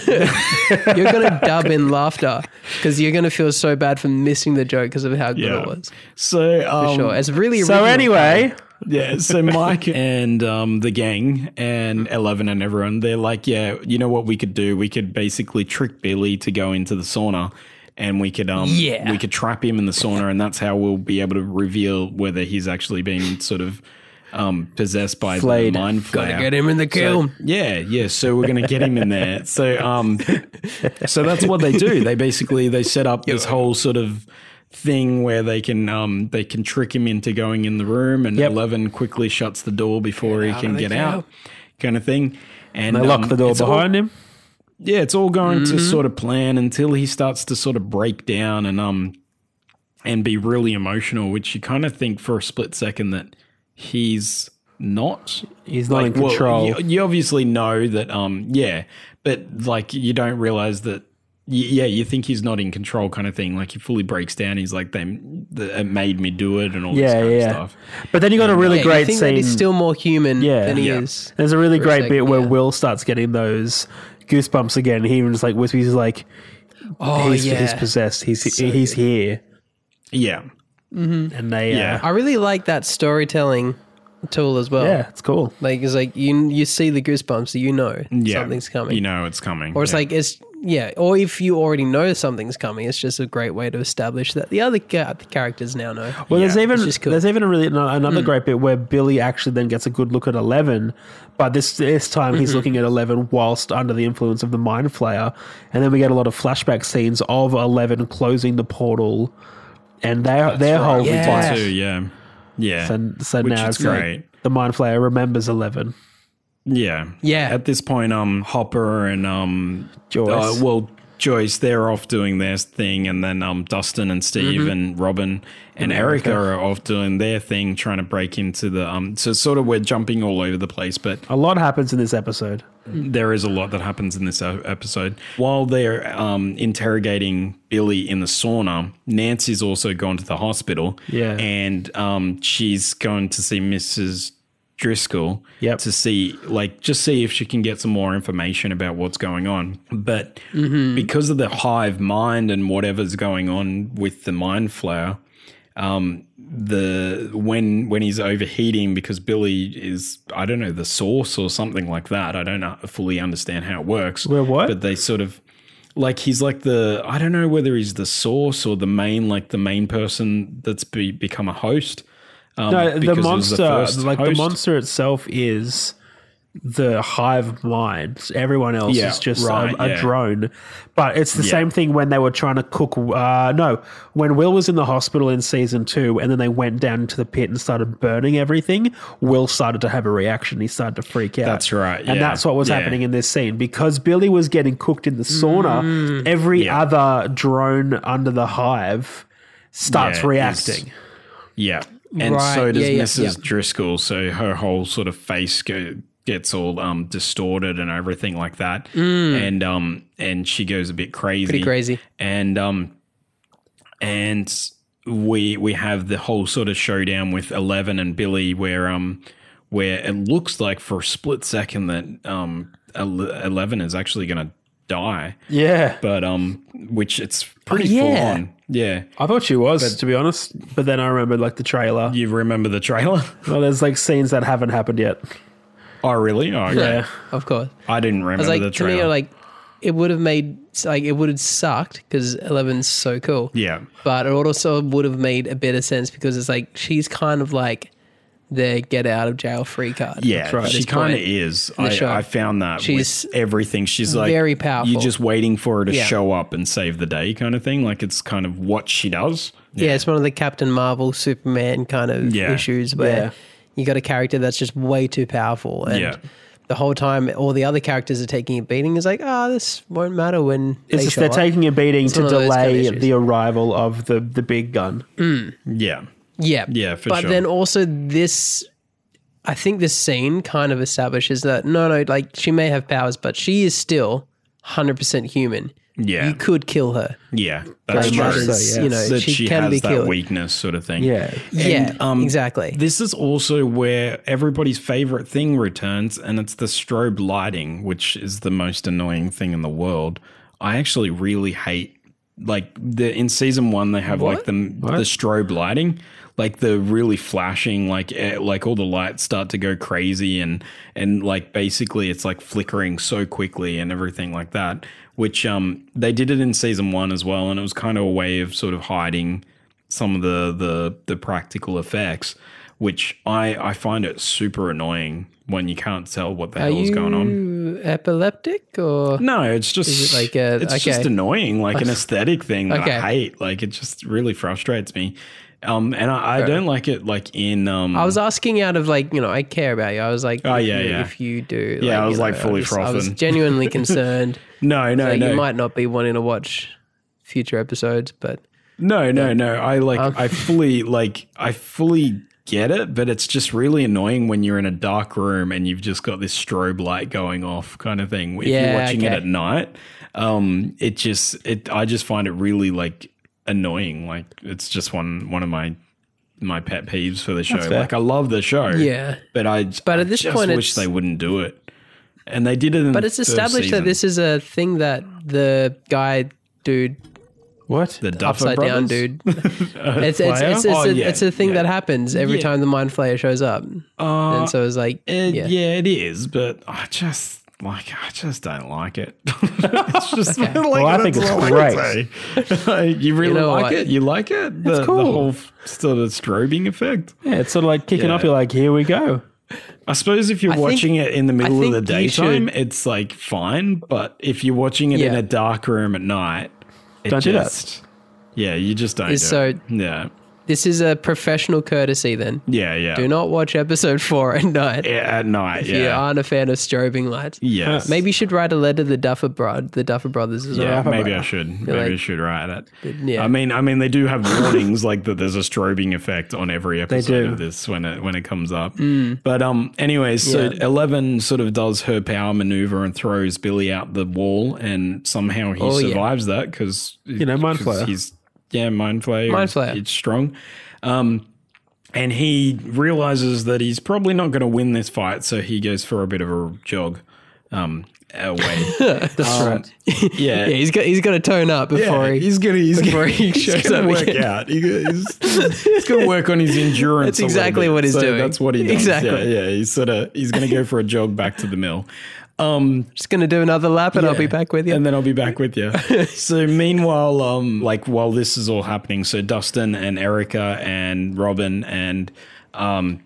Speaker 4: You're gonna dub in laughter because you're gonna feel so bad for missing the joke because of how good
Speaker 3: Yeah.
Speaker 4: it was.
Speaker 3: So, um,
Speaker 4: Sure, it's really.
Speaker 2: So
Speaker 4: original.
Speaker 2: anyway,
Speaker 3: Yeah, so Mike and um, the gang and
Speaker 4: Mm.
Speaker 3: Eleven and everyone, they're like, yeah, you know what we could do? We could basically trick Billy to go into the sauna, and we could um,
Speaker 4: Yeah.
Speaker 3: we could trap him in the sauna, and that's how we'll be able to reveal whether he's actually been sort of um, possessed by
Speaker 2: Flayed.
Speaker 3: the mind
Speaker 4: gotta
Speaker 3: flayer.
Speaker 4: get him in the kiln.
Speaker 3: Yeah, yeah. So we're gonna get him in there. So um, so that's what they do. They basically they set up this whole sort of thing where they can um they can trick him into going in the room, and
Speaker 2: Yep.
Speaker 3: Eleven quickly shuts the door before he can
Speaker 4: the
Speaker 3: get out, kind of thing. And
Speaker 2: they lock
Speaker 3: um,
Speaker 2: the door
Speaker 3: it's all-
Speaker 2: behind him. Mm-hmm.
Speaker 3: yeah, it's all going to sort of plan until he starts to sort of break down and um and be really emotional, which you kind of think for a split second that he's not
Speaker 2: He's not in
Speaker 3: well,
Speaker 2: control.
Speaker 3: you, you obviously know that, um, yeah, but like you don't realize that. y- Yeah, you think he's not in control, kind of thing. Like he fully breaks down. He's like, "They, the, it made me do it," and all this
Speaker 2: yeah,
Speaker 3: kind
Speaker 2: yeah.
Speaker 3: of stuff.
Speaker 2: But then you got a really
Speaker 4: Yeah, you
Speaker 2: great
Speaker 4: think that
Speaker 2: scene.
Speaker 4: he's still more human
Speaker 2: Yeah.
Speaker 4: than he
Speaker 3: Yeah.
Speaker 4: is.
Speaker 2: There's a really
Speaker 4: for a
Speaker 2: great
Speaker 4: sec,
Speaker 2: bit where
Speaker 4: yeah.
Speaker 2: Will starts getting those goosebumps again. He even just like whispers, he's like,
Speaker 4: Oh
Speaker 2: he's,
Speaker 4: yeah.
Speaker 2: he's possessed. He's he's here."
Speaker 3: Yeah,
Speaker 2: And they,
Speaker 3: Yeah.
Speaker 2: uh,
Speaker 4: I really like that storytelling tool as well.
Speaker 2: yeah, it's cool.
Speaker 4: Like it's like you you see the goosebumps, so you know
Speaker 3: yeah.
Speaker 4: something's coming.
Speaker 3: You know, it's coming.
Speaker 4: or it's
Speaker 3: yeah.
Speaker 4: like it's yeah. Or if you already know something's coming, it's just a great way to establish that the other ca- characters now know.
Speaker 2: Well, there's
Speaker 3: Yeah,
Speaker 2: even
Speaker 4: is cool.
Speaker 2: there's even a really ano-
Speaker 3: Hmm.
Speaker 2: another great bit where Billy actually then gets a good look at Eleven, but this this time
Speaker 3: Mm-hmm.
Speaker 2: he's looking at Eleven whilst under the influence of the Mind Flayer, and then we get a lot of flashback scenes of Eleven closing the portal, and their their
Speaker 3: Right,
Speaker 2: whole
Speaker 3: we did
Speaker 2: fight.
Speaker 3: too, yeah, yeah.
Speaker 2: So, so
Speaker 3: Which
Speaker 2: now
Speaker 3: is
Speaker 2: it's like
Speaker 3: great.
Speaker 2: the Mind Flayer remembers Eleven.
Speaker 3: Yeah.
Speaker 4: Yeah.
Speaker 3: At this point, um, Hopper and um,
Speaker 2: Joyce.
Speaker 3: uh, well, Joyce, they're off doing their thing, and then um, Dustin and Steve and Robin and Erica are off doing their thing, trying to break into the um. So sort of we're jumping all over the place, but
Speaker 2: A lot happens in this episode.
Speaker 3: there is a lot that happens in this e- episode. While they're um, interrogating Billy in the sauna, Nancy's also gone to the hospital.
Speaker 2: Yeah.
Speaker 3: And um, she's going to see Mrs. Driscoll
Speaker 2: Yep.
Speaker 3: to see, like, just see if she can get some more information about what's going on. But
Speaker 2: Mm-hmm.
Speaker 3: because of the hive mind and whatever's going on with the mind flower, um, the when when he's overheating because Billy is I don't know the source or something like that. I don't know, fully understand how it works.
Speaker 2: Where what?
Speaker 3: But they sort of like he's like the I don't know whether he's the source or the main like the main person that's be, become a host. Um,
Speaker 2: No, the
Speaker 3: because it was
Speaker 2: monster,
Speaker 3: first
Speaker 2: like the
Speaker 3: host.
Speaker 2: monster itself, is the hive mind. Everyone else
Speaker 3: Yeah,
Speaker 2: is just um,
Speaker 3: right,
Speaker 2: a, a
Speaker 3: yeah.
Speaker 2: drone. But it's the same thing when they were trying to cook. Uh, no, when Will was in the hospital in season two, and then they went down into the pit and started burning everything. Will started to have a reaction. He started to freak out.
Speaker 3: That's right,
Speaker 2: and
Speaker 3: yeah,
Speaker 2: that's what was
Speaker 3: yeah.
Speaker 2: happening in this scene because Billy was getting cooked in the sauna. every
Speaker 3: Mm, yeah.
Speaker 2: other drone under the hive starts
Speaker 3: Yeah, is-
Speaker 2: reacting.
Speaker 3: Yeah. And so
Speaker 4: Right,
Speaker 3: does
Speaker 4: yeah, yeah,
Speaker 3: Mrs. Driscoll. So her whole sort of face go, gets all um, distorted and everything like that. And um and she goes a bit crazy.
Speaker 4: Mm. Pretty crazy.
Speaker 3: And um and we we have the whole sort of showdown with Eleven and Billy where um where it looks like for a split second that um Ele- Eleven is actually going to die.
Speaker 2: yeah.
Speaker 3: But um which it's pretty full
Speaker 4: Oh, yeah.
Speaker 3: on. Yeah.
Speaker 2: I thought she was, to be honest. But then I remembered like the trailer.
Speaker 3: You remember the trailer?
Speaker 2: Well, there's like scenes that haven't happened yet.
Speaker 3: Oh, really? Oh, okay.
Speaker 2: Yeah.
Speaker 4: Of course.
Speaker 3: I didn't
Speaker 4: I was
Speaker 3: remember
Speaker 4: like
Speaker 3: the
Speaker 4: to me,
Speaker 3: trailer.
Speaker 4: like it would have made like it would have sucked because Eleven's so cool.
Speaker 3: yeah,
Speaker 4: but it also would have made a better sense because it's like she's kind of like their get out of jail free card.
Speaker 3: Yeah,
Speaker 4: at
Speaker 3: she
Speaker 4: this
Speaker 3: kind of
Speaker 4: point.
Speaker 3: is.
Speaker 4: the
Speaker 3: I,
Speaker 4: show.
Speaker 3: I found that
Speaker 4: She's
Speaker 3: with everything. She's like
Speaker 4: very powerful.
Speaker 3: You're just waiting for her to
Speaker 4: Yeah.
Speaker 3: show up and save the day, kind of thing. Like it's kind of what she does.
Speaker 4: Yeah. it's one of the Captain Marvel, Superman kind of
Speaker 3: Yeah.
Speaker 4: issues where
Speaker 2: Yeah.
Speaker 4: you got a character that's just way too powerful, and
Speaker 3: Yeah.
Speaker 4: the whole time all the other characters are taking a beating. Is like, ah, this won't matter when
Speaker 2: It's
Speaker 4: they
Speaker 2: just
Speaker 4: show
Speaker 2: they're
Speaker 4: up."
Speaker 2: taking a beating to
Speaker 4: one of those kind of
Speaker 2: delay
Speaker 4: issues.
Speaker 2: the arrival of the, the big gun.
Speaker 3: Yeah,
Speaker 4: Yeah.
Speaker 3: Yeah, for
Speaker 4: but
Speaker 3: sure.
Speaker 4: then also this I think this scene kind of establishes that no no like she may have powers but she is still 100% human.
Speaker 3: yeah,
Speaker 4: You could kill her.
Speaker 3: yeah. That's
Speaker 4: Very
Speaker 3: true.
Speaker 4: much so,
Speaker 3: It's
Speaker 4: yeah. you know,
Speaker 3: that
Speaker 4: she
Speaker 3: she,
Speaker 4: can
Speaker 3: has
Speaker 4: be
Speaker 3: that
Speaker 4: killed.
Speaker 3: weakness, sort of thing.
Speaker 2: Yeah.
Speaker 4: yeah.
Speaker 3: um,
Speaker 4: exactly.
Speaker 3: This is also where everybody's favorite thing returns, and it's the strobe lighting, which is the most annoying thing in the world. I actually really hate like the in season one they have like the the strobe lighting, like the really flashing, like eh, like all the lights start to go crazy and and like basically it's like flickering so quickly and everything like that. Which um they did it in season one as well, and it was kind of a way of sort of hiding some of the the the practical effects, which I I find it super annoying when you can't tell what the hell is going on.
Speaker 4: You epileptic or
Speaker 3: No, it's just
Speaker 4: it like a-
Speaker 3: it's just
Speaker 4: okay.
Speaker 3: annoying, like an aesthetic thing that
Speaker 4: Okay.
Speaker 3: I hate. Like it just really frustrates me. Um, and I, I don't like it. Like in um,
Speaker 4: I was asking out of like, you know, I care about you. I was like,
Speaker 3: Oh, yeah,
Speaker 4: if you-
Speaker 3: yeah.
Speaker 4: if you do.
Speaker 3: Yeah, I was,
Speaker 4: you
Speaker 3: like,
Speaker 4: I
Speaker 3: fully
Speaker 4: just- I was
Speaker 3: frothing.
Speaker 4: genuinely concerned.
Speaker 3: no, no,
Speaker 4: that
Speaker 3: no,
Speaker 4: You might not be wanting to watch future episodes, but
Speaker 3: no, no, no. I like I fully like I fully get it, but it's just really annoying when you're in a dark room and you've just got this strobe light going off, kind of thing. If
Speaker 4: Yeah,
Speaker 3: you're watching it
Speaker 4: okay.
Speaker 3: at night, um, it just it I just find it really like annoying. Like it's just one one of my my pet peeves for the show. Like I love the show.
Speaker 4: yeah.
Speaker 3: But I
Speaker 4: But
Speaker 3: I
Speaker 4: at this
Speaker 3: just
Speaker 4: point,
Speaker 3: wish
Speaker 4: it's-
Speaker 3: they wouldn't do it. And they did it in
Speaker 4: But it's established that this is a thing that the guy dude
Speaker 2: What?
Speaker 3: the Duffer
Speaker 4: upside
Speaker 3: Brothers?
Speaker 4: down dude. It's it's, it's, it's,
Speaker 3: Oh,
Speaker 4: a,
Speaker 3: yeah,
Speaker 4: it's a thing
Speaker 3: yeah.
Speaker 4: that happens every
Speaker 3: Yeah.
Speaker 4: time the mind flayer shows up,
Speaker 3: Uh,
Speaker 4: and so it's like
Speaker 3: it- yeah.
Speaker 4: yeah.
Speaker 3: it is, but I just like I just don't like it. it's just like
Speaker 2: Well, I think it's great.
Speaker 3: great. you really
Speaker 4: know
Speaker 3: like
Speaker 4: what?
Speaker 3: it? You like it? The, the
Speaker 2: cool.
Speaker 3: whole f- sort of strobing effect.
Speaker 2: Yeah, it's sort of like kicking
Speaker 3: Yeah.
Speaker 2: up. You're like, here we go.
Speaker 3: I suppose if you're
Speaker 4: think-
Speaker 3: watching it in the middle of
Speaker 4: think
Speaker 3: the
Speaker 4: you
Speaker 3: daytime, it's like fine. But if you're watching it in
Speaker 4: Yeah.
Speaker 3: a dark room at night, it
Speaker 2: Don't do that.
Speaker 3: just yeah, you just don't.
Speaker 4: It's
Speaker 3: do
Speaker 4: so-
Speaker 3: it. yeah,
Speaker 4: This is a professional courtesy. Then
Speaker 3: yeah, yeah.
Speaker 4: do not watch episode four at night.
Speaker 3: Yeah, at night.
Speaker 4: If you
Speaker 3: Yeah.
Speaker 4: aren't a fan of strobing lights,
Speaker 3: Yes.
Speaker 4: maybe you should write a letter to the Duffer Brod, the Duffer Brothers as
Speaker 3: Yeah,
Speaker 4: well.
Speaker 3: Uh, maybe I should. Maybe
Speaker 4: like-
Speaker 3: I should write it.
Speaker 4: yeah.
Speaker 3: I mean, I mean, they do have warnings like that. There's a strobing effect on every episode
Speaker 2: do.
Speaker 3: of this when it when it comes up.
Speaker 4: Mm.
Speaker 3: But um, anyways, so Eleven sort of does her power maneuver and throws Billy out the wall, and somehow he
Speaker 4: Oh, yeah.
Speaker 3: survives that 'cause that because you
Speaker 2: know, mind flayer.
Speaker 3: He's yeah, mind flayer.
Speaker 4: Mind
Speaker 3: He's-
Speaker 4: flayer.
Speaker 3: He's strong. Um, and he realizes that he's probably not going to win this fight, so he goes for a bit of a jog. Um, away.
Speaker 2: That's right.
Speaker 3: yeah,
Speaker 4: Yeah, he's got he's got to tone up before he.
Speaker 3: he's gonna he's
Speaker 4: before
Speaker 3: gonna,
Speaker 4: he shows
Speaker 3: he's gonna
Speaker 4: up
Speaker 3: work
Speaker 4: again.
Speaker 3: out. He- he's, he's gonna work on his endurance.
Speaker 4: That's
Speaker 3: a little
Speaker 4: exactly
Speaker 3: bit.
Speaker 4: what he's
Speaker 3: So
Speaker 4: doing.
Speaker 3: That's what he does.
Speaker 4: Exactly.
Speaker 3: Yeah, yeah. He's sort of he's gonna go for a jog back to the mill. Um,
Speaker 4: just gonna do another lap, and I'll be
Speaker 3: yeah.
Speaker 4: back with you.
Speaker 3: And then I'll be back with you. so meanwhile, um, like while this is all happening, so Dustin and Erica and Robin and um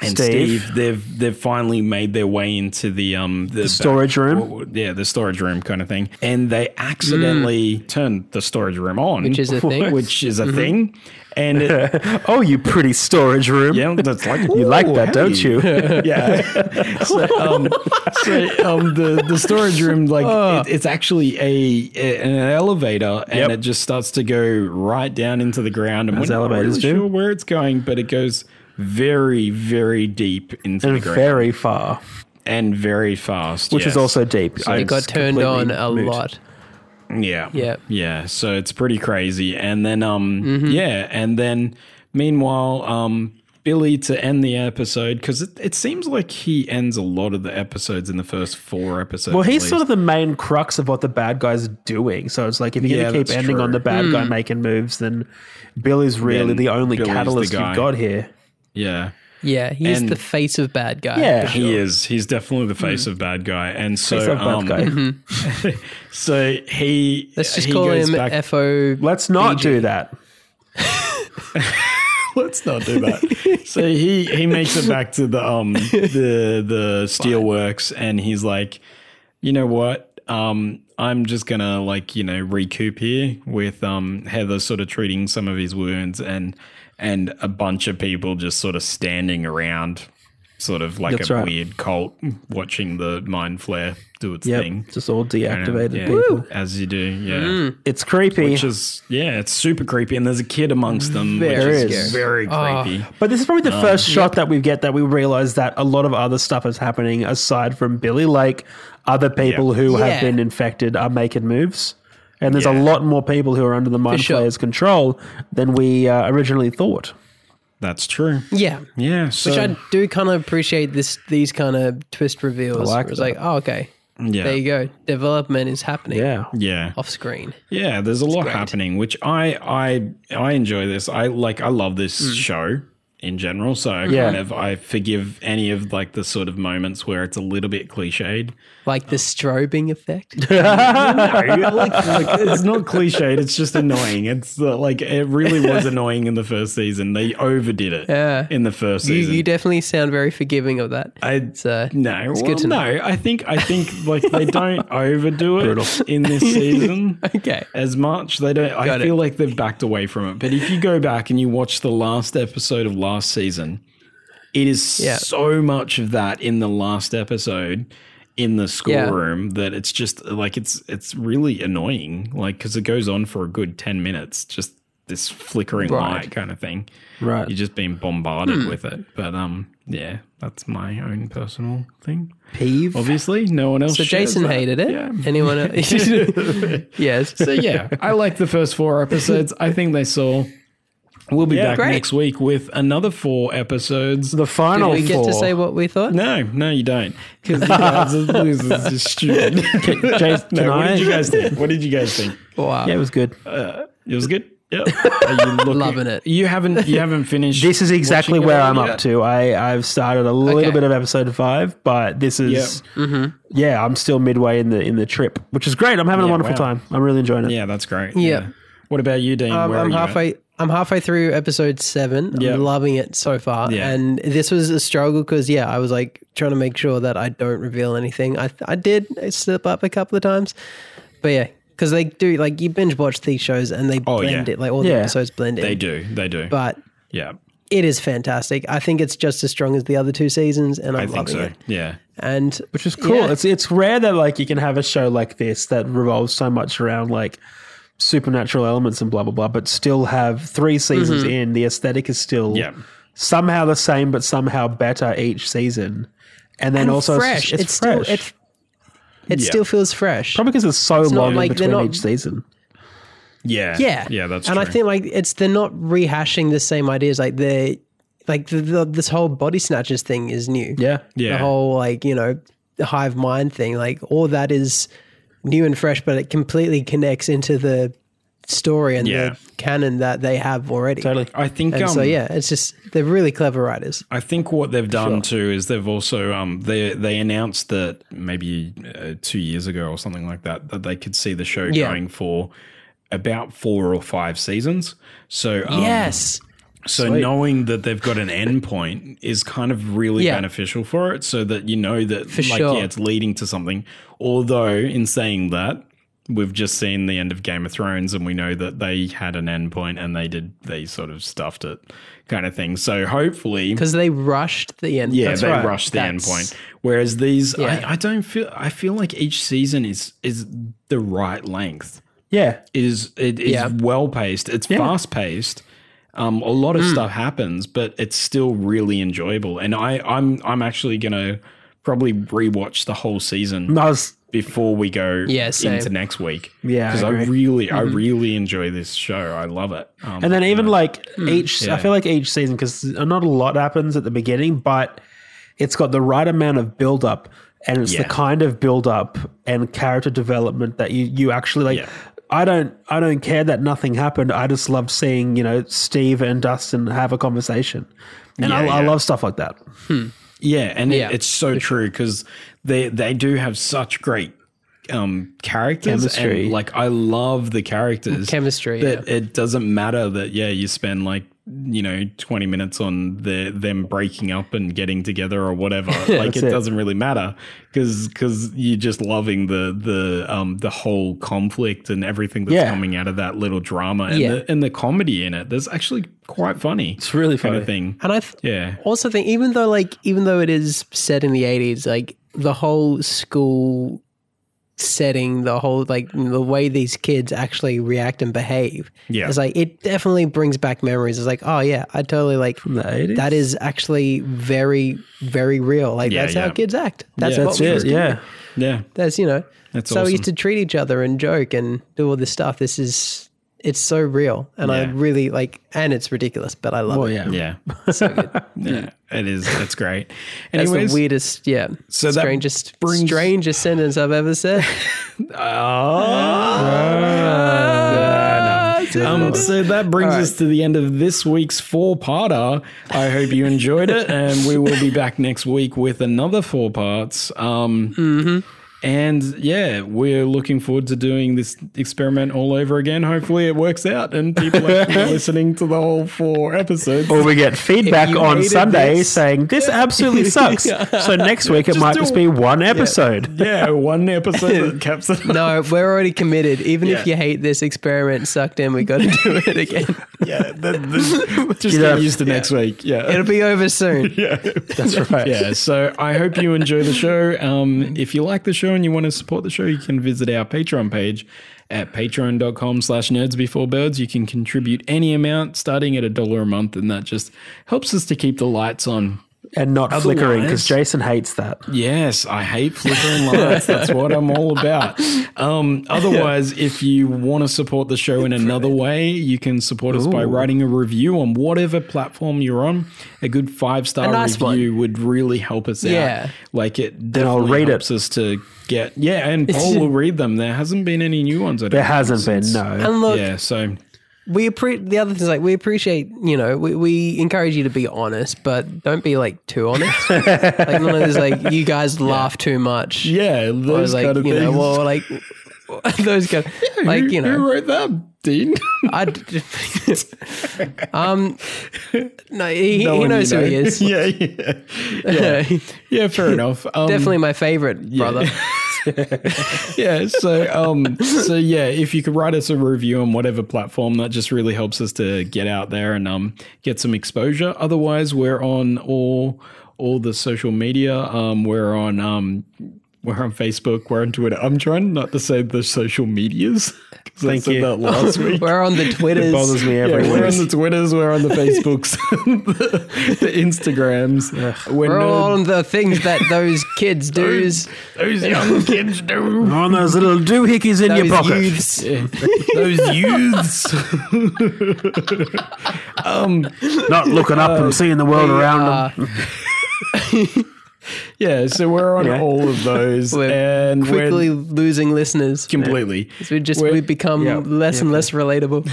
Speaker 3: and Steve,
Speaker 2: Steve.
Speaker 3: they've they've finally made their way into the um the,
Speaker 2: storage room?
Speaker 3: yeah, the storage room kind of thing, and they accidentally turned the storage room on,
Speaker 4: Which is a thing.
Speaker 3: which is a thing, and it,
Speaker 2: Oh, you pretty storage room.
Speaker 3: yeah, that's like
Speaker 2: You like that, don't you?
Speaker 3: yeah. so, um, so um, the the storage room, like, it, it's actually a, a- an elevator, and
Speaker 2: Yep.
Speaker 3: it just starts to go right down into the ground. And
Speaker 2: As
Speaker 3: we're not
Speaker 2: elevators
Speaker 3: really
Speaker 2: do.
Speaker 3: sure where it's going, but it goes very, very deep into the
Speaker 2: And
Speaker 3: ground
Speaker 2: very far,
Speaker 3: and very fast,
Speaker 2: which is
Speaker 3: yes.
Speaker 2: also deep.
Speaker 4: It
Speaker 2: I-
Speaker 4: got turned
Speaker 2: completely
Speaker 4: on a
Speaker 2: moot.
Speaker 4: lot.
Speaker 3: Yeah.
Speaker 4: Yeah.
Speaker 3: Yeah. So it's pretty crazy. And then um
Speaker 2: Mm-hmm.
Speaker 3: yeah, and then meanwhile, um Billy to end the episode because it, it seems like he ends a lot of the episodes in the first four episodes.
Speaker 2: Well, he's sort of the main crux of what the bad guy's doing. So it's like if you're going
Speaker 3: Yeah,
Speaker 2: to
Speaker 3: that's
Speaker 2: keep ending
Speaker 3: true.
Speaker 2: on the bad
Speaker 4: Hmm.
Speaker 2: guy making moves, then Billy's really
Speaker 3: Then
Speaker 2: the only
Speaker 3: Billy's the
Speaker 2: catalyst
Speaker 3: guy.
Speaker 2: you've got here.
Speaker 3: yeah.
Speaker 4: Yeah, he's
Speaker 3: And-
Speaker 4: the face of bad guy.
Speaker 2: Yeah. Mm.
Speaker 3: He is. He's definitely the face of bad guy, and so
Speaker 2: Face of bad
Speaker 3: um,
Speaker 2: guy.
Speaker 3: so he
Speaker 4: let's just
Speaker 3: he
Speaker 4: call
Speaker 3: goes
Speaker 4: him
Speaker 3: back-
Speaker 4: FO.
Speaker 2: Let's not do that.
Speaker 3: Let's not do that. so he he makes it back to the um the the steelworks and he's like, you know what? Um, I'm just gonna like you know recoup here with um Heather sort of treating some of his wounds and and a bunch of people just sort of standing around, sort of like
Speaker 2: That's
Speaker 3: a
Speaker 2: right.
Speaker 3: weird cult watching the mind flare do its thing.
Speaker 2: Just all deactivated
Speaker 3: Yeah,
Speaker 2: people.
Speaker 3: as you do, yeah.
Speaker 2: It's creepy.
Speaker 3: Which is yeah, it's super creepy, and there's a kid amongst them,
Speaker 2: There
Speaker 3: which is,
Speaker 2: is.
Speaker 3: very creepy.
Speaker 2: But this is probably
Speaker 3: um,
Speaker 2: the first shot that we get that we realize that a lot of other stuff is happening aside from Billy. Like other people who
Speaker 4: Yeah.
Speaker 2: have been infected are making moves, and there's
Speaker 3: Yeah.
Speaker 2: a lot more people who are under the mind
Speaker 4: sure.
Speaker 2: player's control than we uh, originally thought.
Speaker 3: That's true.
Speaker 4: Yeah.
Speaker 3: Yeah, so
Speaker 4: Which I do kind of appreciate this these kind of twist reveals. I
Speaker 2: like
Speaker 4: it's like, oh, okay,
Speaker 3: yeah,
Speaker 4: there you go. Development is happening
Speaker 2: Yeah,
Speaker 3: yeah,
Speaker 4: off screen.
Speaker 3: yeah. There's a lot
Speaker 4: great.
Speaker 3: happening, which I I I enjoy this. I like I love this
Speaker 4: Mm.
Speaker 3: show in general. So I
Speaker 2: Yeah.
Speaker 3: kind of I forgive any of like the sort of moments where it's a little bit cliched.
Speaker 4: Like the strobing effect.
Speaker 3: No, like, like, it's not cliched. It's just annoying. It's uh, like it really was annoying in the first season. They overdid it
Speaker 4: Yeah.
Speaker 3: in the first
Speaker 4: you,
Speaker 3: season.
Speaker 4: you definitely sound very forgiving of that.
Speaker 3: I
Speaker 4: So
Speaker 3: no,
Speaker 4: it's
Speaker 3: well,
Speaker 4: good to
Speaker 3: no.
Speaker 4: know.
Speaker 3: I think I think like they don't overdo it in this season.
Speaker 4: Okay.
Speaker 3: as much. They don't. I
Speaker 4: Got it.
Speaker 3: feel like they've backed away from it. But if you go back and you watch the last episode of last season, it is
Speaker 4: Yeah.
Speaker 3: so much of that in the last episode in the schoolroom that it's just like it's it's really annoying. Like because it goes on for a good ten minutes, just this flickering
Speaker 4: Right.
Speaker 3: light kind of thing.
Speaker 2: right.
Speaker 3: You're just being bombarded with it. But um, yeah, that's my own personal thing.
Speaker 2: Peeve.
Speaker 3: Obviously, no one else.
Speaker 4: So
Speaker 3: shares
Speaker 4: Jason
Speaker 3: that.
Speaker 4: hated it.
Speaker 3: Yeah.
Speaker 4: Anyone else? yes.
Speaker 3: So yeah, I like the first four episodes. I think they saw. We'll be back
Speaker 4: great.
Speaker 3: next week with another four episodes.
Speaker 2: The
Speaker 4: Did
Speaker 2: final
Speaker 4: we get
Speaker 2: four.
Speaker 4: to say what we thought?
Speaker 3: No, no, you don't. Because you guys are losers. You're stupid.
Speaker 2: Jason,
Speaker 3: No, what
Speaker 2: I-
Speaker 3: did you guys think? What did you guys think?
Speaker 4: Wow.
Speaker 2: Yeah, it was good.
Speaker 3: It was good. Yeah, Are you looking-
Speaker 4: Loving it.
Speaker 3: You haven't. You haven't finished.
Speaker 2: This is exactly
Speaker 3: watching it
Speaker 2: where
Speaker 3: all
Speaker 2: I'm
Speaker 3: yet?
Speaker 2: up to. I I've started a little
Speaker 4: Okay.
Speaker 2: bit of episode five, but this is yeah. I'm still midway in the in the trip, which is great. I'm having a wonderful
Speaker 3: wow.
Speaker 2: time. I'm really enjoying it.
Speaker 3: Yeah, that's great.
Speaker 4: Yeah.
Speaker 3: What about you, Dean?
Speaker 4: Um,
Speaker 3: Where
Speaker 4: I'm
Speaker 3: are you at?
Speaker 4: halfway. I'm halfway through episode seven.
Speaker 3: Yeah.
Speaker 4: I'm loving it so far,
Speaker 3: Yeah.
Speaker 4: and this was a struggle because yeah, I was like trying to make sure that I don't reveal anything. I I did slip up a couple of times, but yeah, because they do like you binge watch these shows and they
Speaker 3: Oh,
Speaker 4: blend
Speaker 3: yeah.
Speaker 4: it like all the
Speaker 2: Yeah.
Speaker 4: episodes blend in.
Speaker 3: They do. They do.
Speaker 4: But
Speaker 3: yeah,
Speaker 4: it is fantastic. I think it's just as strong as the other two seasons, and I'm
Speaker 3: I think
Speaker 4: loving
Speaker 3: so.
Speaker 4: it.
Speaker 3: Yeah.
Speaker 4: And
Speaker 2: which is cool.
Speaker 4: Yeah.
Speaker 2: It's it's rare that like you can have a show like this that revolves so much around like supernatural elements and blah blah blah, but still have three seasons in. The aesthetic is still
Speaker 3: Yeah.
Speaker 2: somehow the same, but somehow better each season. And then also it's-
Speaker 4: fresh.
Speaker 2: it's,
Speaker 4: It's still-
Speaker 2: fresh.
Speaker 4: it's- it
Speaker 3: Yeah.
Speaker 4: still feels fresh.
Speaker 2: Probably because it's so
Speaker 4: not
Speaker 2: long
Speaker 4: like
Speaker 2: in
Speaker 4: they're
Speaker 2: between
Speaker 4: not-
Speaker 2: each season.
Speaker 3: Yeah.
Speaker 4: Yeah,
Speaker 3: Yeah. That's
Speaker 4: and
Speaker 3: true.
Speaker 4: I think like it's they're not rehashing the same ideas. Like they like the, the, this whole body snatchers thing is new.
Speaker 2: Yeah.
Speaker 3: yeah.
Speaker 4: the whole like you know the hive mind thing. Like all that is new and fresh, but it completely connects into the story and
Speaker 3: Yeah.
Speaker 4: the canon that they have already.
Speaker 2: Totally.
Speaker 3: I think.
Speaker 4: And
Speaker 3: um,
Speaker 4: so yeah, it's just they're really clever writers.
Speaker 3: I think what they've done too is they've also um, they they announced that maybe uh, two years ago or something like that that they could see the show
Speaker 4: Yeah.
Speaker 3: going for about four or five seasons. So um,
Speaker 4: yes,
Speaker 3: so knowing that they've got an end point is kind of really
Speaker 4: Yeah.
Speaker 3: beneficial for it, so that you know that like
Speaker 4: sure.
Speaker 3: yeah, it's leading to something. Although in saying that. We've just seen the end of Game of Thrones, and we know that they had an end point, and they did they sort of stuffed it, kind of thing. So hopefully,
Speaker 4: because they rushed the end.
Speaker 3: yeah, they
Speaker 2: right.
Speaker 3: rush the end
Speaker 4: That's-
Speaker 3: point. Whereas these,
Speaker 4: Yeah.
Speaker 3: I, I don't feel. I feel like each season is is the right length.
Speaker 2: Yeah.
Speaker 3: Is it is
Speaker 4: Yeah. Hmm.
Speaker 3: well paced. It's fast paced. Um, a lot of stuff happens, but it's still really enjoyable. And I, I'm I'm actually gonna probably rewatch the whole season
Speaker 2: I was
Speaker 3: before we go
Speaker 4: Yeah, same.
Speaker 3: into next week.
Speaker 2: Yeah, I
Speaker 3: because I,
Speaker 2: agree.
Speaker 3: really I
Speaker 4: Mm-hmm.
Speaker 3: really enjoy this show. I love it. Um,
Speaker 2: And then even like each,
Speaker 3: Yeah.
Speaker 2: I feel like each season because not a lot happens at the beginning, but it's got the right amount of build up, and it's
Speaker 3: Yeah.
Speaker 2: the kind of build up and character development that you you actually like.
Speaker 3: Yeah.
Speaker 2: I don't I don't care that nothing happened. I just love seeing you know Steve and Dustin have a conversation, and I,
Speaker 3: Yeah,
Speaker 2: I
Speaker 3: yeah.
Speaker 2: love stuff like that.
Speaker 3: Yeah, and it-
Speaker 4: Yeah,
Speaker 3: it's so true because they they do have such great um characters
Speaker 2: Chemistry.
Speaker 3: and like I love the characters
Speaker 4: Chemistry,
Speaker 3: that it doesn't matter that yeah you spend like you know, 20 minutes on the, them breaking up and getting together or whatever. like it,
Speaker 2: it.
Speaker 3: doesn't really matter because you're just loving the the um the whole conflict and everything that's
Speaker 2: Yeah.
Speaker 3: coming out of that little drama and,
Speaker 4: Yeah.
Speaker 3: the, and the comedy in it. That's actually quite funny. It's
Speaker 2: really
Speaker 3: kind
Speaker 2: funny.
Speaker 3: of thing.
Speaker 4: And I th-
Speaker 3: Yeah.
Speaker 4: also think even though like even though it is set in the 80s, like the whole school setting, the whole like the way these kids actually react and behave.
Speaker 3: Yeah.
Speaker 4: It's like it definitely brings back memories. It's like, oh yeah, I totally like
Speaker 2: the 80s?
Speaker 4: that is actually very, very real. Like
Speaker 3: Yeah,
Speaker 4: that's
Speaker 3: yeah.
Speaker 4: how kids act. That's
Speaker 3: Yeah,
Speaker 4: what
Speaker 2: That's
Speaker 4: we
Speaker 2: it.
Speaker 4: used to
Speaker 2: Yeah.
Speaker 3: Yeah.
Speaker 4: that's you know
Speaker 3: That's
Speaker 4: so we used to
Speaker 3: awesome.
Speaker 4: treat each other and joke and do all this stuff this is it's so real and i
Speaker 3: Yeah.
Speaker 4: really like and it's ridiculous but i love
Speaker 2: Well,
Speaker 4: it
Speaker 2: Oh, yeah.
Speaker 3: Yeah.
Speaker 4: so good
Speaker 3: Yeah. It is. That's great.
Speaker 4: that's
Speaker 3: Anyways,
Speaker 4: the weirdest yeah
Speaker 3: so that
Speaker 4: strangest
Speaker 3: brings- Ah.
Speaker 4: strangest sentence i've ever said Ah.
Speaker 3: Um, so that brings us to the end of this week's four parter. I hope you enjoyed it, and we will be back next week with another four parts. Um,
Speaker 4: Mm-hmm.
Speaker 3: And yeah, we're looking forward to doing this experiment all over again. Hopefully, it works out and people are listening to the whole four episodes.
Speaker 4: Oh.
Speaker 2: Or we get feedback
Speaker 4: you
Speaker 2: on
Speaker 4: hated
Speaker 2: Sunday
Speaker 4: this-
Speaker 2: saying this absolutely sucks. So next week it
Speaker 3: Just
Speaker 2: might
Speaker 3: do
Speaker 2: just
Speaker 3: it.
Speaker 2: be one episode.
Speaker 3: Yeah, one episode that caps it.
Speaker 4: no we're already committed even if
Speaker 3: Yeah.
Speaker 4: you hate this experiment sucked in we got to do it again
Speaker 3: Yeah, that- that- just
Speaker 2: know,
Speaker 3: get used to next week. Yeah,
Speaker 4: it'll be over soon
Speaker 2: That's right.
Speaker 3: yeah, so I hope you enjoy the show. Um, if you like the show and you want to support the show, you can visit our Patreon page at patreon.com slash nerds before birds. You can contribute any amount starting at a dollar a month, and that just helps us to keep the lights on.
Speaker 2: And not flickering because
Speaker 3: Otherwise-
Speaker 2: Jason hates that.
Speaker 3: Yes, I hate flickering lights. That's what I'm all about. Um, otherwise, if you want to support the show in another way, you can support us by writing a review on whatever platform you're on. A good five star
Speaker 4: A nice
Speaker 3: review would really help us
Speaker 4: Yeah.
Speaker 3: out. Like it
Speaker 2: I'll
Speaker 3: definitely
Speaker 2: read it.
Speaker 3: helps us to get yeah, and Paul will read them. There hasn't been any new ones. I don't
Speaker 2: There
Speaker 3: think,
Speaker 2: hasn't been,
Speaker 3: since-
Speaker 2: no.
Speaker 4: and look
Speaker 3: Yeah, so
Speaker 4: we appreciate the other things like we appreciate you know we, we encourage you to be honest but don't be like too honest like none of this like you guys laugh too much
Speaker 3: yeah,
Speaker 4: Or,
Speaker 3: those
Speaker 4: like
Speaker 3: kind of
Speaker 4: you
Speaker 3: things.
Speaker 4: know or like those kind of, like
Speaker 3: Who-
Speaker 4: you
Speaker 3: who
Speaker 4: know
Speaker 3: wrote that, Dean?
Speaker 4: I d- um no he,
Speaker 3: No
Speaker 4: he
Speaker 3: one
Speaker 4: knows
Speaker 3: you
Speaker 4: who he
Speaker 3: know.
Speaker 4: is
Speaker 3: yeah, yeah, yeah. Fair enough. Um,
Speaker 4: definitely my favorite brother
Speaker 3: yeah so um so yeah if you could write us a review on whatever platform that just really helps us to get out there and um get some exposure otherwise we're on all all the social media um we're on um we're on Facebook, we're on Twitter. I'm trying not to say the social medias because I
Speaker 2: Thank
Speaker 3: said
Speaker 2: you.
Speaker 3: that last week.
Speaker 4: we're on the
Speaker 2: It
Speaker 4: twitters
Speaker 2: bothers me
Speaker 3: Yeah,
Speaker 2: every
Speaker 3: we're on
Speaker 2: week.
Speaker 3: the Twitters, we're on the Facebooks, the, the Instagrams. We're,
Speaker 4: we're
Speaker 3: nerd-
Speaker 4: all on the things that those kids do
Speaker 3: those, those young kids do.
Speaker 2: On Oh, those little doohickeys in
Speaker 4: those
Speaker 2: your pocket.
Speaker 4: youths
Speaker 3: Those youths.
Speaker 2: Not looking up and seeing the world around them.
Speaker 4: are
Speaker 3: Yeah, so we're on
Speaker 2: Yeah.
Speaker 3: all of those
Speaker 4: We're
Speaker 3: and
Speaker 4: quickly
Speaker 3: we're
Speaker 4: losing listeners
Speaker 3: completely
Speaker 4: So we just
Speaker 3: We're-
Speaker 4: we become
Speaker 2: yeah,
Speaker 4: less and less relatable.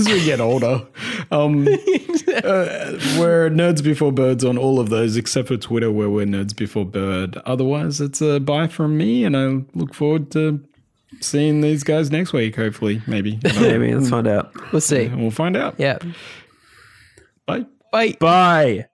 Speaker 3: as we get older. Um, uh, we're nerds before birds on all of those except for Twitter, where we're nerds before bird. Otherwise, it's a bye from me, and I look forward to seeing these guys next week. Hopefully, maybe I don't know.
Speaker 2: Maybe let's find out.
Speaker 4: We'll see.
Speaker 3: we'll find out.
Speaker 4: Yeah.
Speaker 3: Bye.
Speaker 4: Bye.
Speaker 2: Bye.